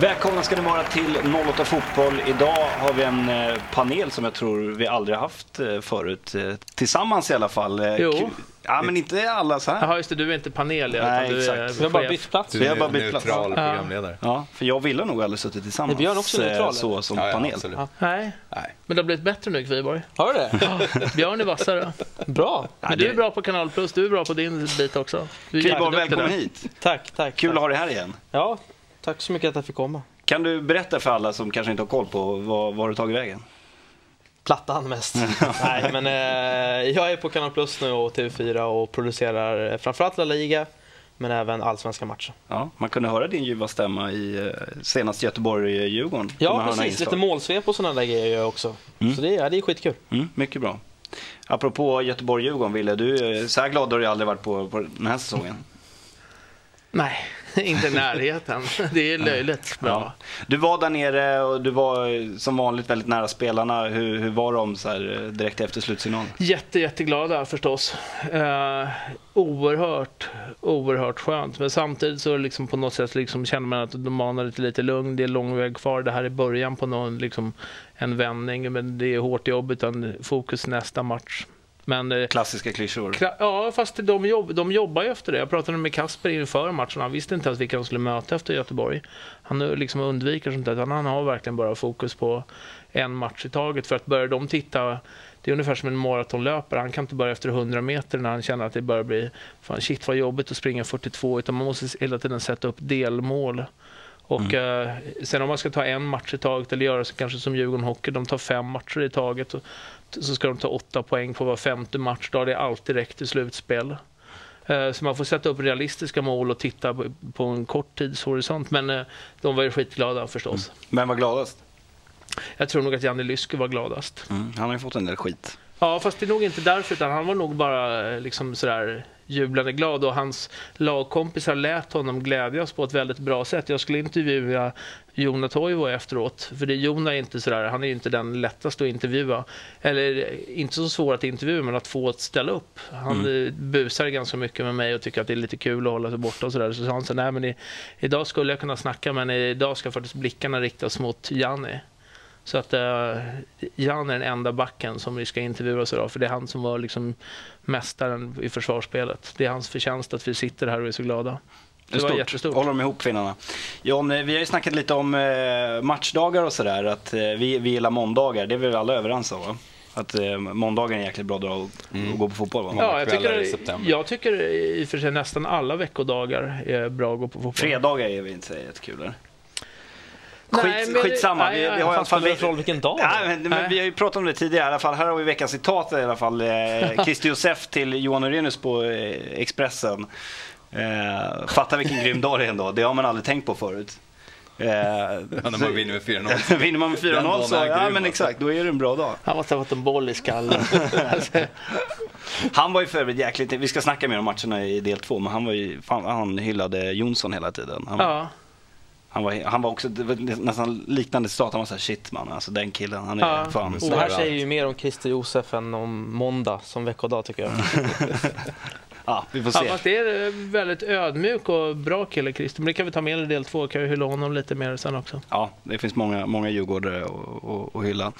Välkomna ska ni vara till 08 Fotboll. Idag har vi en eh, panel som jag tror vi aldrig haft eh, förut. eh, Tillsammans i alla fall. Eh, Jo. kul- Ja, men inte alla så här. Jaha, just det, du är inte panel ja, Nej, utan du är exakt. Vi har bara chef. bytt plats. Vi Du har är bara bara bytt plats. neutral Ja. programledare. Ja, för jag ville nog aldrig suttit tillsammans. Är Björn också eh, neutral, Så som Ja, ja, panel. absolut. Ja. Nej, Nej. men det har blivit bättre nu Kviborg. Har du det? Björn är vassare. Bra. Ja, Men det- du är bra på Kanal Plus, du är bra på din bit också. Du är Kviborg, jätteduktig välkommen där. hit. Tack, tack. Kul att tack. ha dig här igen. Ja, tack så mycket att jag fick komma. Kan du berätta för alla som kanske inte har koll på vad, vad har du tagit vägen? Plattan mest. Nej, men eh, jag är på Kanal Plus nu och TV4 och producerar eh, framförallt La Liga, men även allsvenska matcher. Ja, man kunde höra din ljuva stämma i eh, senast Göteborg-Djurgården. Kunde Ja, man höra några precis. inslag. Lite målsvep och sådana där grejer gör jag också. Så det, ja, det är skitkul. Mm, mycket bra. Apropå Göteborg-Djurgården, Ville. Du, eh, så här glad har du aldrig varit på, på den här säsongen. Nej, inte i närheten. Det är löjligt bra. Du var där nere och du var eh, som vanligt väldigt nära spelarna. Hur, hur var de så här, eh, direkt efter slutsignalen? Jätte, jätteglada förstås. Eh, oerhört, oerhört skönt. Men samtidigt så liksom på något sätt liksom känner man att de manar lite, lite lugn. Det är lång väg kvar. Det här är början på någon, liksom, en vändning. Men det är hårt jobb utan fokus nästa match. Men eh, Klassiska klyschor. Kla- Ja, fast de, jobb, de jobbar ju efter det. Jag pratade med Kasper inför matchen. Han visste inte ens vilka de skulle möta efter Göteborg. Han eh, liksom undviker sånt där. utan Han har verkligen bara fokus på en match i taget. För att börjar de titta, det är ungefär som en maratonlöpare. Han kan inte börja efter 100 meter när han känner att det börjar bli, fan shit vad jobbigt att springa 42. Utan man måste hela tiden sätta upp delmål. Och eh, sen om man ska ta en match i taget eller göra så kanske som Djurgården Hockey, de tar fem matcher i taget och t- så ska de ta åtta poäng på var femte match. Då har det alltid räckt till slutspel. Eh, Så man får sätta upp realistiska mål och titta på- på en kort tidshorisont. Men eh, de var ju skitglada förstås. Vem var gladast? Jag tror nog att Janne Lyske var gladast. Mm, han har ju fått en del skit. Ja, fast det är nog inte därför, utan han var nog bara eh, liksom sådär jublande glad och hans lagkompisar lät honom glädjas på ett väldigt bra sätt. Jag skulle intervjua Jona Toivo efteråt, för det Jona är inte sådär, han är ju inte den lättaste att intervjua. Eller eh, inte så svår att intervjua, men att få att ställa upp. Han eh, busar ganska mycket med mig och tycker att det är lite kul att hålla sig borta och sådär. Så sa han så nej men i, idag skulle jag kunna snacka, men idag ska faktiskt blickarna riktas mot Janni. Så att eh, Jan är den enda backen som vi ska intervjuas idag. För det är han som var liksom mästaren i försvarsspelet. Det är hans förtjänst att vi sitter här och är så glada. Det, var stort. jättestort. Håller de ihop finnarna? John, eh, vi har ju snackat lite om eh, matchdagar och sådär. Att eh, vi, vi gillar måndagar, det är vi väl alla överens om va? Att eh, måndagen är en jäkligt bra dag att, att gå på fotboll va? Ja, jag, kvällar tycker, i september. jag tycker i och för sig nästan alla veckodagar är bra att gå på fotboll. Fredagar är väl inte så jättekul eller? Nej, Skit, men- skitsamma, nej, vi, nej, vi har i alla Fast det fall... spelar roll vilken dag. Nej, men, men Nej. vi har ju pratat om det tidigare i alla fall. Här har vi veckans citat i alla fall. Eh, Christer Josef till Johan Orenius på eh, Expressen. Eh, fatta vilken grym dag det är ändå. Det har man aldrig tänkt på förut. Eh, Ja, när så- man vinner med 4-0. vinner man med 4-0 så, Den dagen är ja grym, men alltså. exakt, då är det en bra dag. Han måste ha fått en boll i skallen. Alltså, Han var ju för övrigt jäkligt, vi ska snacka mer om matcherna i del två, men han var ju, fan, han hyllade Jonsson hela tiden. Han, ja, han, var, han var också, det var nästan liknande citat, han var såhär shit man, alltså den killen, han är Ja. Oh. fan. Det här Överallt. säger ju mer om Christer Josef än om måndag som veckodag tycker jag. Ja, vi får ja, se. fast det är en väldigt ödmjuk och bra kille Christer. Men det kan vi ta med i del två. Kan vi hylla honom lite mer sen också. Ja, det finns många, många djurgårdare att- att att hylla.